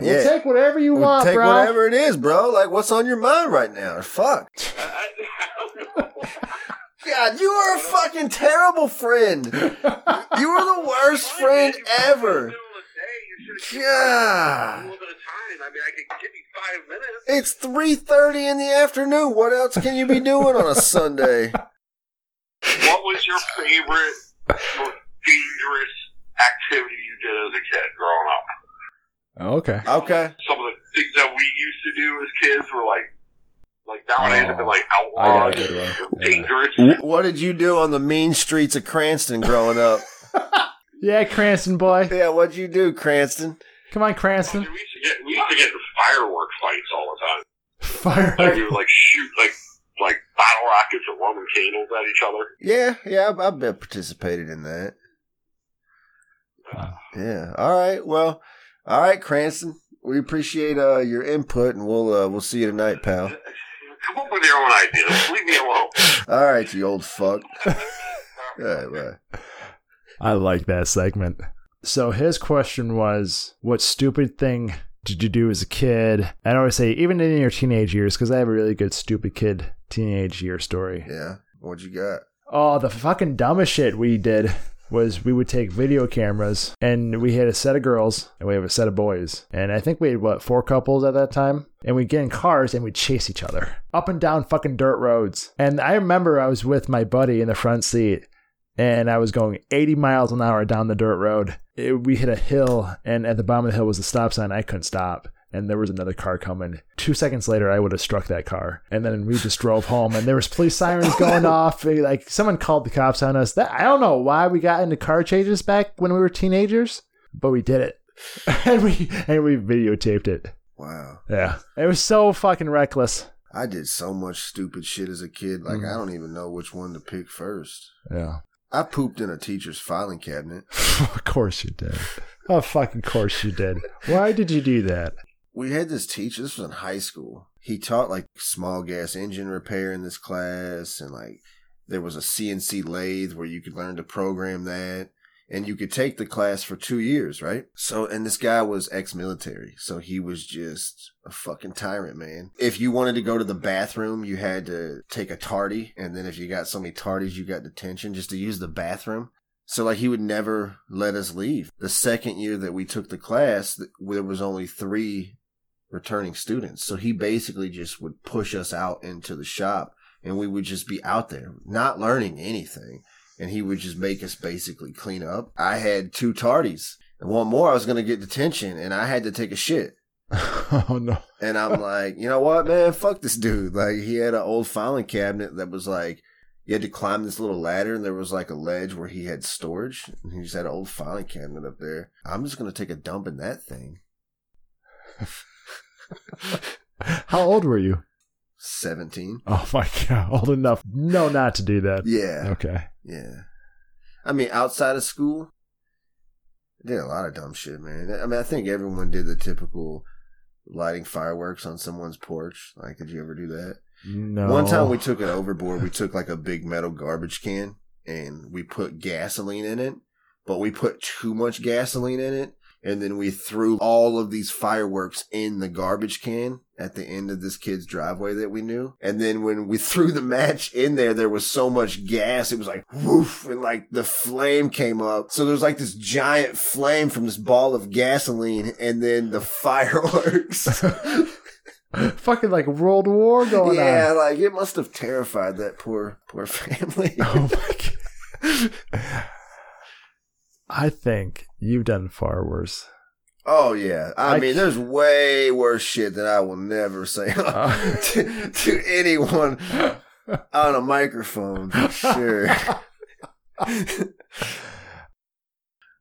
S3: We'll take whatever you
S2: Well,
S3: want,
S2: take
S3: bro.
S2: whatever it is, bro. Like, what's on your mind right now? Fuck.
S4: I, I, I don't know.
S2: God, you are a fucking terrible
S3: (laughs)
S2: friend. You are the worst friend ever. God. It's three thirty in the afternoon. What else can you be doing on a Sunday?
S4: What was your favorite, most dangerous activity you did as a kid growing up?
S5: Okay.
S2: Okay.
S4: Some of the things that we used to do as kids were like, like nowadays have been like
S5: Oh, I
S4: outlawed,
S5: got a good one.
S4: dangerous.
S2: What did you do on the mean streets of Cranston growing (laughs) up?
S3: Yeah, Cranston boy.
S2: Yeah, what'd you do, Cranston?
S3: Come on,
S4: We
S3: Cranston.
S4: used, to get, we used to get in firework fights all the time. Like we
S3: Fire.
S4: would like shoot like like bottle rockets or Roman candles at each other.
S2: Yeah, yeah, I, I bet participated in that. Yeah. All right. Well. All right, Cranston. We appreciate uh, your input, and we'll uh, we'll see you tonight, pal.
S4: Come up with your own ideas. Leave me alone.
S2: All right, you old fuck. All right, bye.
S3: (laughs) I like that segment. So his question was, what stupid thing did you do as a kid? And I always say, even in your teenage years, because I have a really good stupid kid teenage year story.
S2: Yeah. What you got?
S3: Oh, the fucking dumbest shit we did was we would take video cameras and we had a set of girls and we have a set of boys. And I think we had what, four couples at that time? And we'd get in cars and we'd chase each other up and down fucking dirt roads. And I remember I was with my buddy in the front seat and I was going 80 miles an hour down the dirt road. It, we hit a hill, and at the bottom of the hill was a stop sign. I couldn't stop, and there was another car coming. Two seconds later, I would have struck that car, and then we just drove home. And there was police sirens (laughs) going off. Like someone called the cops on us. That I don't know why we got into car chases back when we were teenagers, but we did it, (laughs) and we and we videotaped it.
S2: Wow.
S3: Yeah, it was so fucking reckless.
S2: I did so much stupid shit as a kid. Like I don't even know which one to pick first.
S3: Yeah,
S2: I pooped in a teacher's filing cabinet.
S3: of course you did. Of Oh, fucking course you did. Why did you do that? (laughs)
S2: we had this teacher this was in high school he taught like small gas engine repair in this class and like there was a cnc lathe where you could learn to program that and you could take the class for two years right so and this guy was ex-military so he was just a fucking tyrant man if you wanted to go to the bathroom you had to take a tardy and then if you got so many tardies you got detention just to use the bathroom so like he would never let us leave. The second year that we took the class, th- there was only three returning students. So he basically just would push us out into the shop and we would just be out there not learning anything. And he would just make us basically clean up. I had two tardies and one more I was going to get detention and I had to take a shit.
S3: oh no.
S2: And I'm like, you know what, man? Fuck this dude. Like, he had an old filing cabinet that was like, you had to climb this little ladder, and there was like a ledge where he had storage, and he just had an old filing cabinet up there. I'm just gonna take a dump in that thing.
S3: How old were you?
S2: Seventeen.
S3: Oh my god, old enough. No, not to do that.
S2: Yeah,
S3: Okay.
S2: yeah. I mean, outside of school, I did a lot of dumb shit, man. I mean, I think everyone did the typical lighting fireworks on someone's porch. Like, did you ever do that?
S3: No.
S2: One time we took it overboard. We took like a big metal garbage can and we put gasoline in it, but we put too much gasoline in it And then we threw all of these fireworks in the garbage can at the end of this kid's driveway that we knew. And then when we (laughs) threw the match in there, there was so much gas. It was like woof and like the flame came up. So there was like this giant flame from this ball of gasoline and then the (laughs) fireworks.
S3: Fucking like World War going
S2: yeah,
S3: on.
S2: like it must have terrified that poor poor (laughs) family.
S5: Oh my god.
S3: I think you've done far worse.
S2: Oh yeah, I,
S3: I
S2: mean,
S3: c-
S2: there's way worse shit that I will never say (laughs)
S5: Uh.
S2: to, to anyone on a microphone. For sure.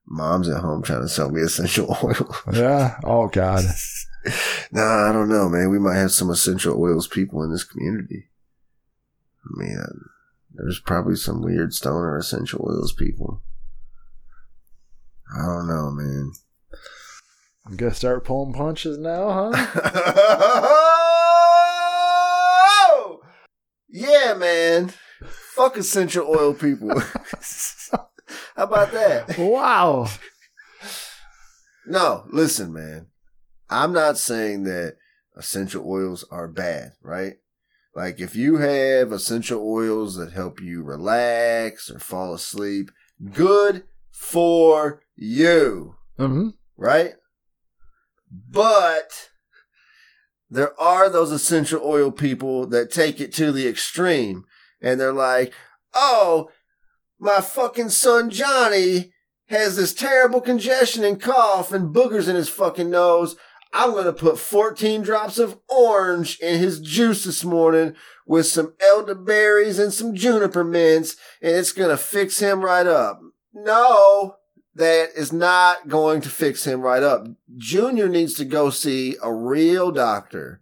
S2: Mom's at home trying to sell me essential oil.
S5: yeah. Oh god.
S2: nah, I don't know, man. We might have some essential oils people in this community. I mean, uh, there's probably some weird stoner essential oils people. I don't know, man.
S3: I'm gonna start pulling punches now, huh?
S2: yeah, man. Fuck essential oil people. (laughs) How about that?
S3: wow.
S2: No, listen, man. I'm not saying that essential oils are bad, right? Like if you have essential oils that help you relax or fall asleep, good for you.
S3: hmm
S2: right? But there are those essential oil people that take it to the extreme and they're like, oh, my fucking son Johnny has this terrible congestion and cough and boogers in his fucking nose. I'm going to put 14 drops of orange in his juice this morning with some elderberries and some juniper mints and it's going to fix him right up. No that is not going to fix him right up. Junior needs to go see a real doctor,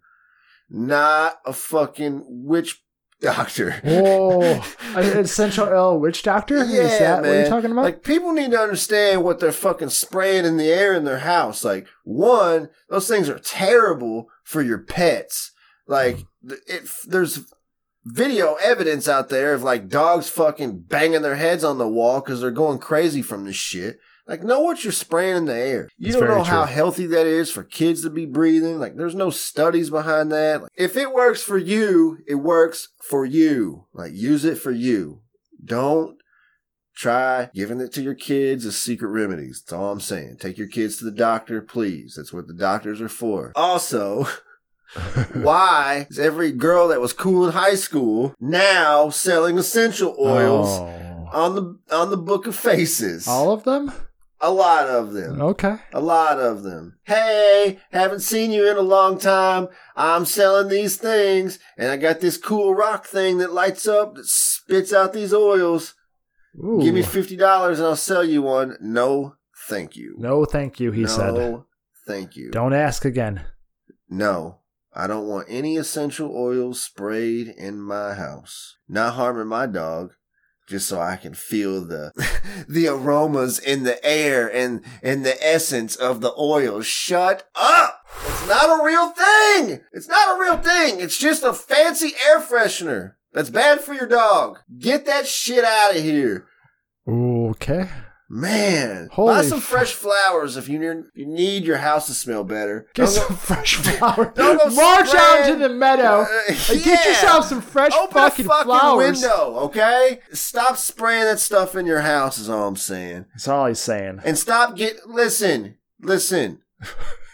S2: not a fucking witch doctor. (laughs)
S3: Whoa. An essential L witch doctor? Is
S2: Yeah,
S3: that what
S2: man.
S3: you're talking about?
S2: Like people need to understand what they're fucking spraying in the air in their house. Like one, those things are terrible for your pets. Like th- it, there's video evidence out there of like dogs fucking banging their heads on the wall because they're going crazy from this shit. Like know what you're spraying in the air. You
S3: It's
S2: don't
S3: very
S2: know how
S3: true.
S2: healthy that is for kids to be breathing. Like there's no studies behind that. Like, if it works for you, it works for you. Like use it for you. Don't try giving it to your kids as secret remedies. That's all I'm saying. Take your kids to the doctor, please. That's what the doctors are for. Also, why is every girl that was cool in high school now selling essential oils
S5: Oh.
S2: on the on the book of faces?
S3: All of them?
S2: a lot of them.
S3: Okay.
S2: A lot of them. Hey, haven't seen you in a long time. I'm selling these things, and I got this cool rock thing that lights up, that spits out these oils.
S3: Ooh.
S2: Give me fifty dollars and I'll sell you one. No, thank you.
S3: no, thank you, he
S2: no,
S3: said.
S2: thank you.
S3: Don't ask again.
S2: No, I don't want any essential oils sprayed in my house. Not harming my dog, just so I can feel the (laughs) the aromas in the air and and the essence of the oil. Shut up. It's not a real thing. It's not a real thing. It's just a fancy air freshener. That's bad for your dog. Get that shit out of here.
S3: Okay.
S2: Man, buy
S3: Holy
S2: some
S3: fu-
S2: fresh flowers if you need, you need your house to smell better.
S3: Get
S2: Don't go-
S3: some fresh flowers.
S2: (laughs) don't go
S3: March out
S2: spread-
S3: into the meadow.
S2: (laughs) Uh,
S3: and
S2: yeah.
S3: Get yourself some fresh
S2: Open
S3: fucking,
S2: a fucking
S3: flowers.
S2: window, okay? Stop spraying that stuff in your house is all I'm saying.
S3: That's all he's saying.
S2: And stop get listen, listen.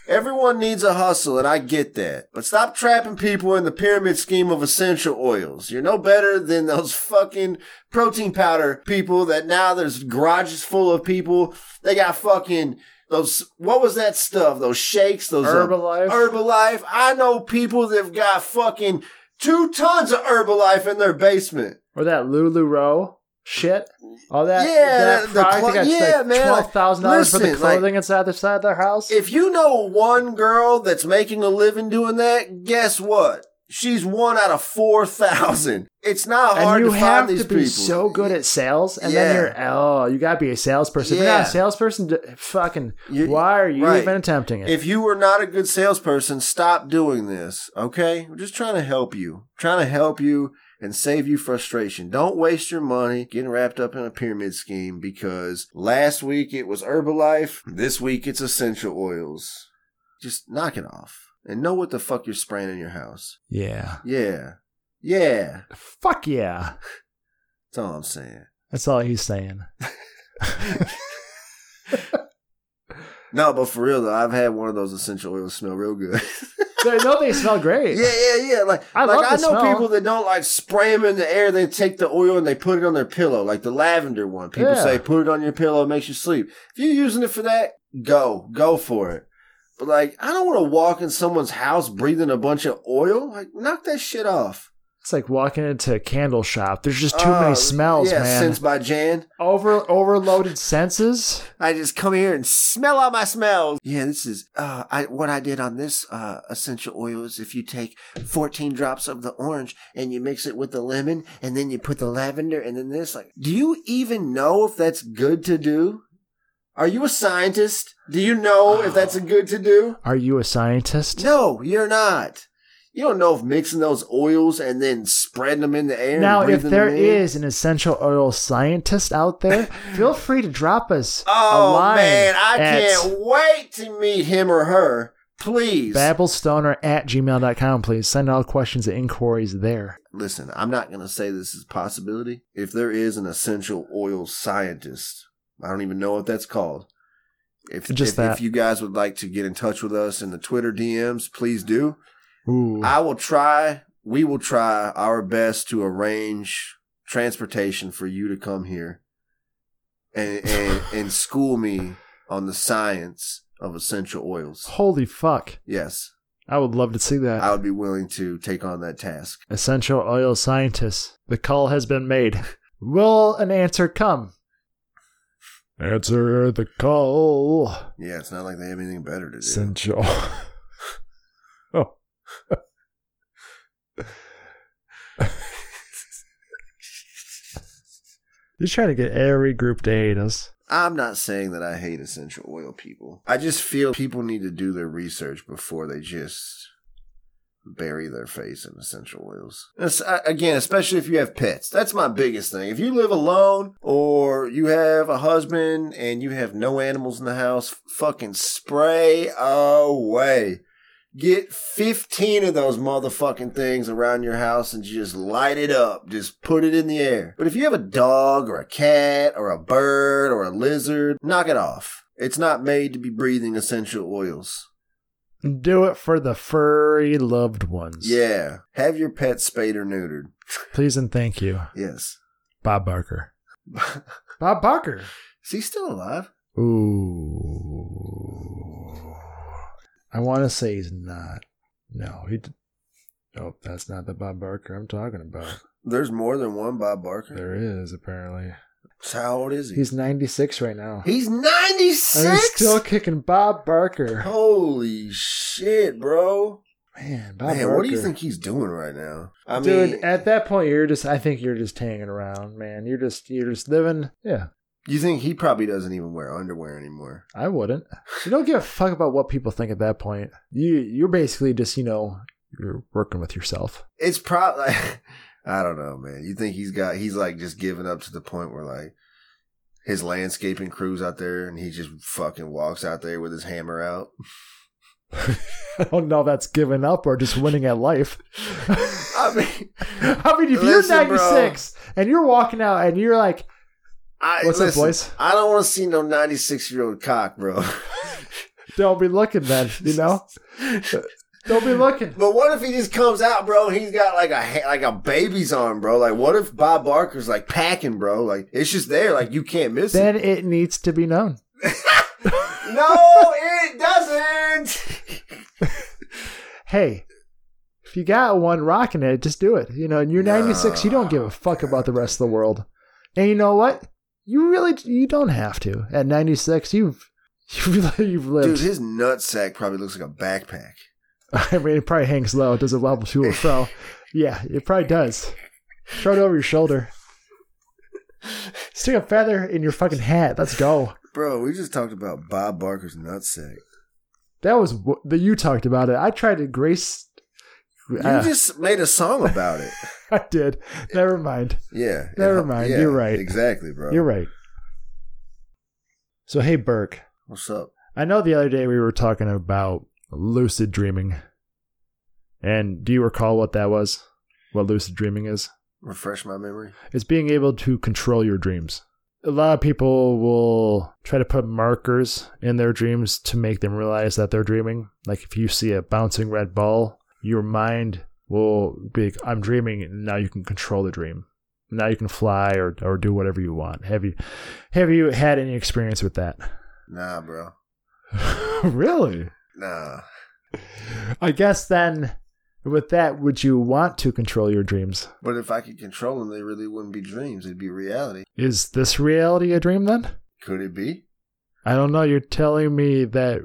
S2: Everyone needs a hustle, and I get that. But stop trapping people in the pyramid scheme of essential oils. You're no better than those fucking protein powder people that now there's garages full of people. They got fucking those, what was that stuff? Those shakes, those uh,
S3: Herbalife.
S2: Herbalife. I know people that've got fucking two tons of Herbalife in their basement.
S3: or that LuLaRoe shit. All that.
S2: Yeah,
S3: that
S2: the
S3: product
S2: clo-
S3: that gets
S2: yeah,
S3: like
S2: man, like,
S3: $12,000 for the
S2: listen, like-
S3: clothing inside the side of their house.
S2: If you know one girl that's making a living doing that, guess what? She's one out of 4,000. It's not hard
S3: and you
S2: to
S3: have
S2: find these
S3: to be
S2: people.
S3: so good at sales, and then
S2: Yeah.
S3: you're oh, you gotta be a salesperson. If you're not
S2: Yeah.
S3: a salesperson, d- fucking,
S2: You-
S3: why are you
S2: right.
S3: even attempting it?
S2: If you were not a good salesperson, stop doing this, okay? We're just trying to help you. Trying to help you and save you frustration. Don't waste your money getting wrapped up in a pyramid scheme because last week it was Herbalife, this week it's essential oils. Just knock it off and know what the fuck you're spraying in your house.
S3: Yeah.
S2: Yeah. Yeah.
S3: Fuck yeah.
S2: That's all I'm saying.
S3: That's all he's saying.
S2: No, but for real though, I've had one of those essential oils smell real
S3: (laughs)
S2: good.
S3: They know they smell great.
S2: Yeah, yeah, yeah. Like,
S3: I
S2: like
S3: love
S2: I know
S3: the smell.
S2: people that don't like spray them in the air. They take the oil and they put it on their pillow, like the lavender one. People
S3: Yeah.
S2: say put it on your pillow, it makes you sleep. If you're using it for that, go, go for it. But like, I don't want to walk in someone's house breathing a bunch of oil. Like, knock that shit off.
S3: It's like walking into a candle shop. There's just too
S2: Uh,
S3: many smells,
S2: yeah,
S3: man.
S2: Since by Jan,
S3: Over overloaded senses.
S2: I just come here and smell all my smells. Yeah, this is uh, I what I did on this uh, essential oil is if you take 14 drops of the orange and you mix it with the lemon and then you put the lavender and then this. Like, do you even know if that's good to do? Are you a scientist? Do you know
S3: (sighs)
S2: if that's a good to do?
S3: Are you a scientist?
S2: No, you're not. You don't know if mixing those oils and then spreading them in the air. and
S3: Now, if
S2: breathing
S3: there
S2: them in-
S3: is an essential oil scientist
S2: (laughs)
S3: out there, feel free to drop us a
S2: Oh
S3: line
S2: man, I
S3: at
S2: can't wait to meet him or her. Please.
S3: babblestoner at gmail.com, please. Send all questions and inquiries there.
S2: Listen, I'm not going to say this is a possibility. If there is an essential oil scientist, I don't even know what that's called. If,
S3: Just
S2: if,
S3: that.
S2: if you guys would like to get in touch with us in the Twitter DMs, please do.
S3: Ooh.
S2: I will try, we will try our best to arrange transportation for you to come here and, and, and school me on the science of essential oils.
S3: Holy fuck.
S2: Yes,
S3: I would love to see that.
S2: I would be willing to take on that task.
S3: Essential oil scientist. The call has been made. (laughs) Will an answer come?
S5: Answer the call.
S2: Yeah, it's not like they have anything better to do.
S5: Essential. (laughs) oh.
S3: (laughs) You're trying to get every group to hate us.
S2: I'm not saying that I hate essential oil people. I just feel people need to do their research before they just bury their face in essential oils. It's, I- again, especially if you have pets. That's my biggest thing. If you live alone or you have a husband and you have no animals in the house, fucking spray away. Get 15 of those motherfucking things around your house and just light it up. Just put it in the air. But if you have a dog or a cat or a bird or a lizard, knock it off. It's not made to be breathing essential oils.
S3: Do it for the furry loved ones.
S2: Yeah. Have your pet spayed or neutered.
S3: Please and thank you,
S2: Yes.
S3: Bob Barker. Bob Barker.
S2: Is he still alive?
S5: Ooh.
S3: I want to say he's not. No, he. d- Nope, that's not the Bob Barker I'm talking about.
S2: There's more than one Bob Barker.
S5: There is apparently.
S2: So How old is he?
S3: He's 96 right now.
S2: He's
S3: And
S2: 96?
S3: he's still kicking Bob Barker.
S2: Holy shit, bro.
S3: Man, Bob
S2: man,
S3: Barker.
S2: what do you think he's doing right now? I
S3: Dude,
S2: mean,
S3: at that point, you're just. I think you're just hanging around, man. You're just. You're just living. Yeah,
S2: you think he probably doesn't even wear underwear anymore.
S3: I wouldn't. You don't give a fuck about what people think at that point. You. You're basically just. You know. You're working with yourself. (laughs)
S2: It's probably, (laughs) I don't know, man. You think he's got, he's like just giving up to the point where like his landscaping crew's out there and he just fucking walks out there with his hammer out. (laughs)
S3: I don't know if that's giving up or just winning at life. (laughs)
S2: I mean,
S3: I mean, if
S2: Listen,
S3: you're 96 and you're walking out and you're like,
S2: I,
S3: What's up,
S2: listen,
S3: boys?
S2: I don't want to see no 96 year old cock, bro. (laughs)
S3: don't be looking then, you know? don't be looking.
S2: But what if he just comes out, bro? And he's got like a ha- like a baby's arm, bro. Like, what if Bob Barker's like packing, bro? Like, it's just there. Like, you can't miss
S3: Then it needs to be known.
S2: it. No, it doesn't.
S3: Hey, if you got one rocking it, just do it. You know, and you're 96, you don't give a fuck about the rest of the world. And you know what? You really you don't have to. At 96, you've (laughs) you've, you've
S2: Dude,
S3: lived.
S2: his nutsack probably looks like a backpack.
S3: I mean, it probably hangs low. Does it level to or fro? Yeah, it probably does. Throw it over your shoulder. Stick a feather in your fucking hat. Let's go.
S2: Bro, we just talked about Bob Barker's nutsack.
S3: That was wh- the you talked about it. I tried to grace.
S2: You
S3: uh,
S2: just made a song about it.
S3: (laughs) I did. Never mind.
S2: Yeah.
S3: (laughs) Never
S2: it-
S3: mind, you're right.
S2: Exactly, bro.
S3: You're right. So hey, Burke.
S2: What's up?
S3: I know the other day we were talking about lucid dreaming. And do you recall what that was? What lucid dreaming is?
S2: Refresh my memory.
S3: It's being able to control your dreams. A lot of people will try to put markers in their dreams to make them realize that they're dreaming. Like if you see a bouncing red ball, your mind will be like, I'm dreaming and now you can control the dream. Now you can fly or, or do whatever you want. Have you have you had any experience with that?
S2: Nah, bro.
S3: really?
S2: Nah.
S3: I guess then, with that, would you want to control your dreams?
S2: But if I could control them, they really wouldn't be dreams. It'd be reality.
S3: Is this reality a dream then?
S2: Could it be?
S3: I don't know. You're telling me that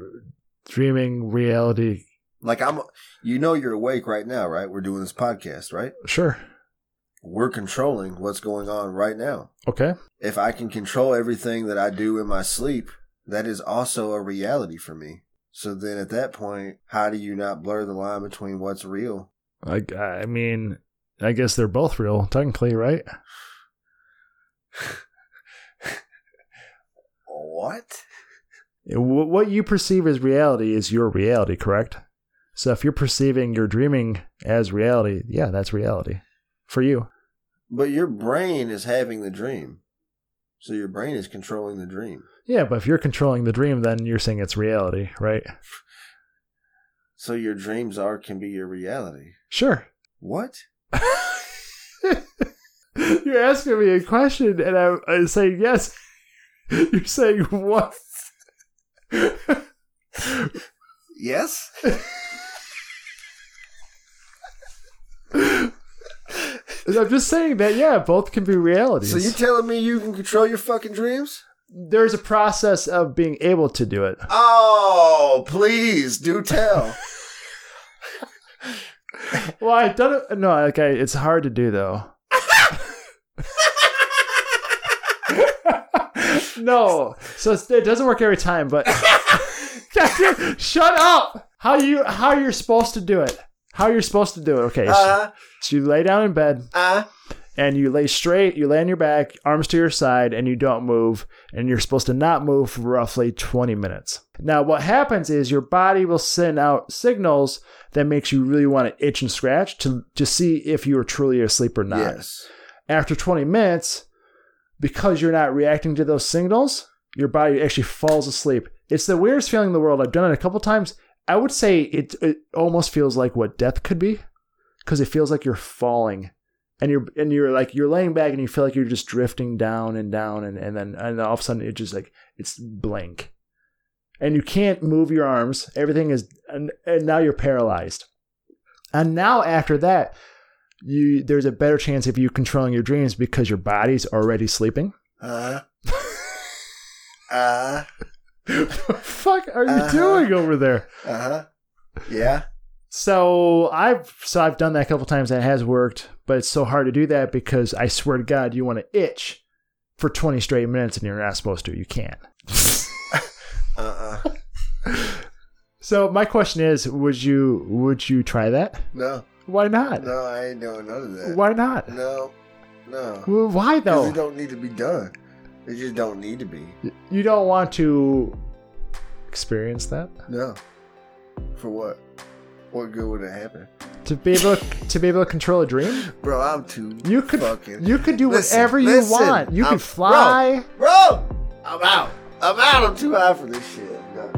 S3: dreaming reality.
S2: Like I'm, you know, you're awake right now, right? We're doing this podcast, right?
S3: Sure.
S2: We're controlling what's going on right now.
S3: Okay.
S2: If I can control everything that I do in my sleep, that is also a reality for me. So then at that point, how do you not blur the line between what's real?
S3: I, I mean, I guess they're both real, technically, right?
S2: What?
S3: Wh- What you perceive as reality is your reality, correct? So if you're perceiving your dreaming as reality, yeah, that's reality for you.
S2: But your brain is having the dream. So your brain is controlling the dream.
S3: Yeah, but if you're controlling the dream, then you're saying it's reality, right?
S2: So your dreams are can be your reality.
S3: Sure.
S2: What?
S3: (laughs) You're asking me a question, and I'm, i saying yes. (laughs) You're saying what? (laughs)
S2: Yes?
S3: And I'm just saying that yeah, both can be realities.
S2: So you're telling me you can control your fucking dreams?
S3: There's a process of being able to do (laughs) it.
S2: Oh, please do tell.
S3: Well, I've done it. No, okay, it's hard to do (laughs) though. no, so it's, it doesn't work every time. (laughs) But shut up. How you how you're supposed to do it? How you're supposed to do it? Okay,
S2: Uh,
S3: so you lay down in bed.
S2: uh,
S3: and you lay straight, you lay on your back, arms to your side, and you don't move, and you're supposed to not move for roughly 20 minutes. Now, what happens is your body will send out signals that makes you really want to itch and scratch to, to see if you are truly asleep or not.
S2: yes.
S3: After 20 minutes, because you're not reacting to those signals, your body actually falls asleep. It's the weirdest feeling in the world. I've done it a couple times. I would say it, it almost feels like what death could be, because it feels like you're falling, and you're and you're like you're laying back and you feel like you're just drifting down and down and and then and all of a sudden it just like it's blank, and you can't move your arms. Everything is and, and now you're paralyzed, and now after that, you there's a better chance of you controlling your dreams because your body's
S2: (laughs)
S3: already sleeping.
S2: Uh, uh,
S3: the fuck are you
S2: Uh-huh.
S3: doing over there?
S2: uh huh. Yeah.
S3: So I've so I've done that a couple times and it has worked, but it's so hard to do that because I swear to God, you want to itch for 20 straight minutes and you're not supposed to.
S2: (laughs)
S3: You can't.
S2: Uh uh
S3: So my question is, would you would you try that?
S2: No,
S3: Why not?
S2: no, I ain't doing none of that.
S3: Why not?
S2: No, no.
S3: Well, Why
S2: 'Cause
S3: though?
S2: It don't need to be done. It just don't need to be.
S3: You don't want to experience that
S2: No. For what? What good would it happen?
S3: to be able to be able to control a dream.
S2: Bro, I'm too
S3: You could
S2: fucking.
S3: you could do
S2: Listen,
S3: whatever you
S2: listen,
S3: want. You
S2: I'm-
S3: can fly.
S2: Bro, I'm out. I'm out. I'm too high for this shit. No.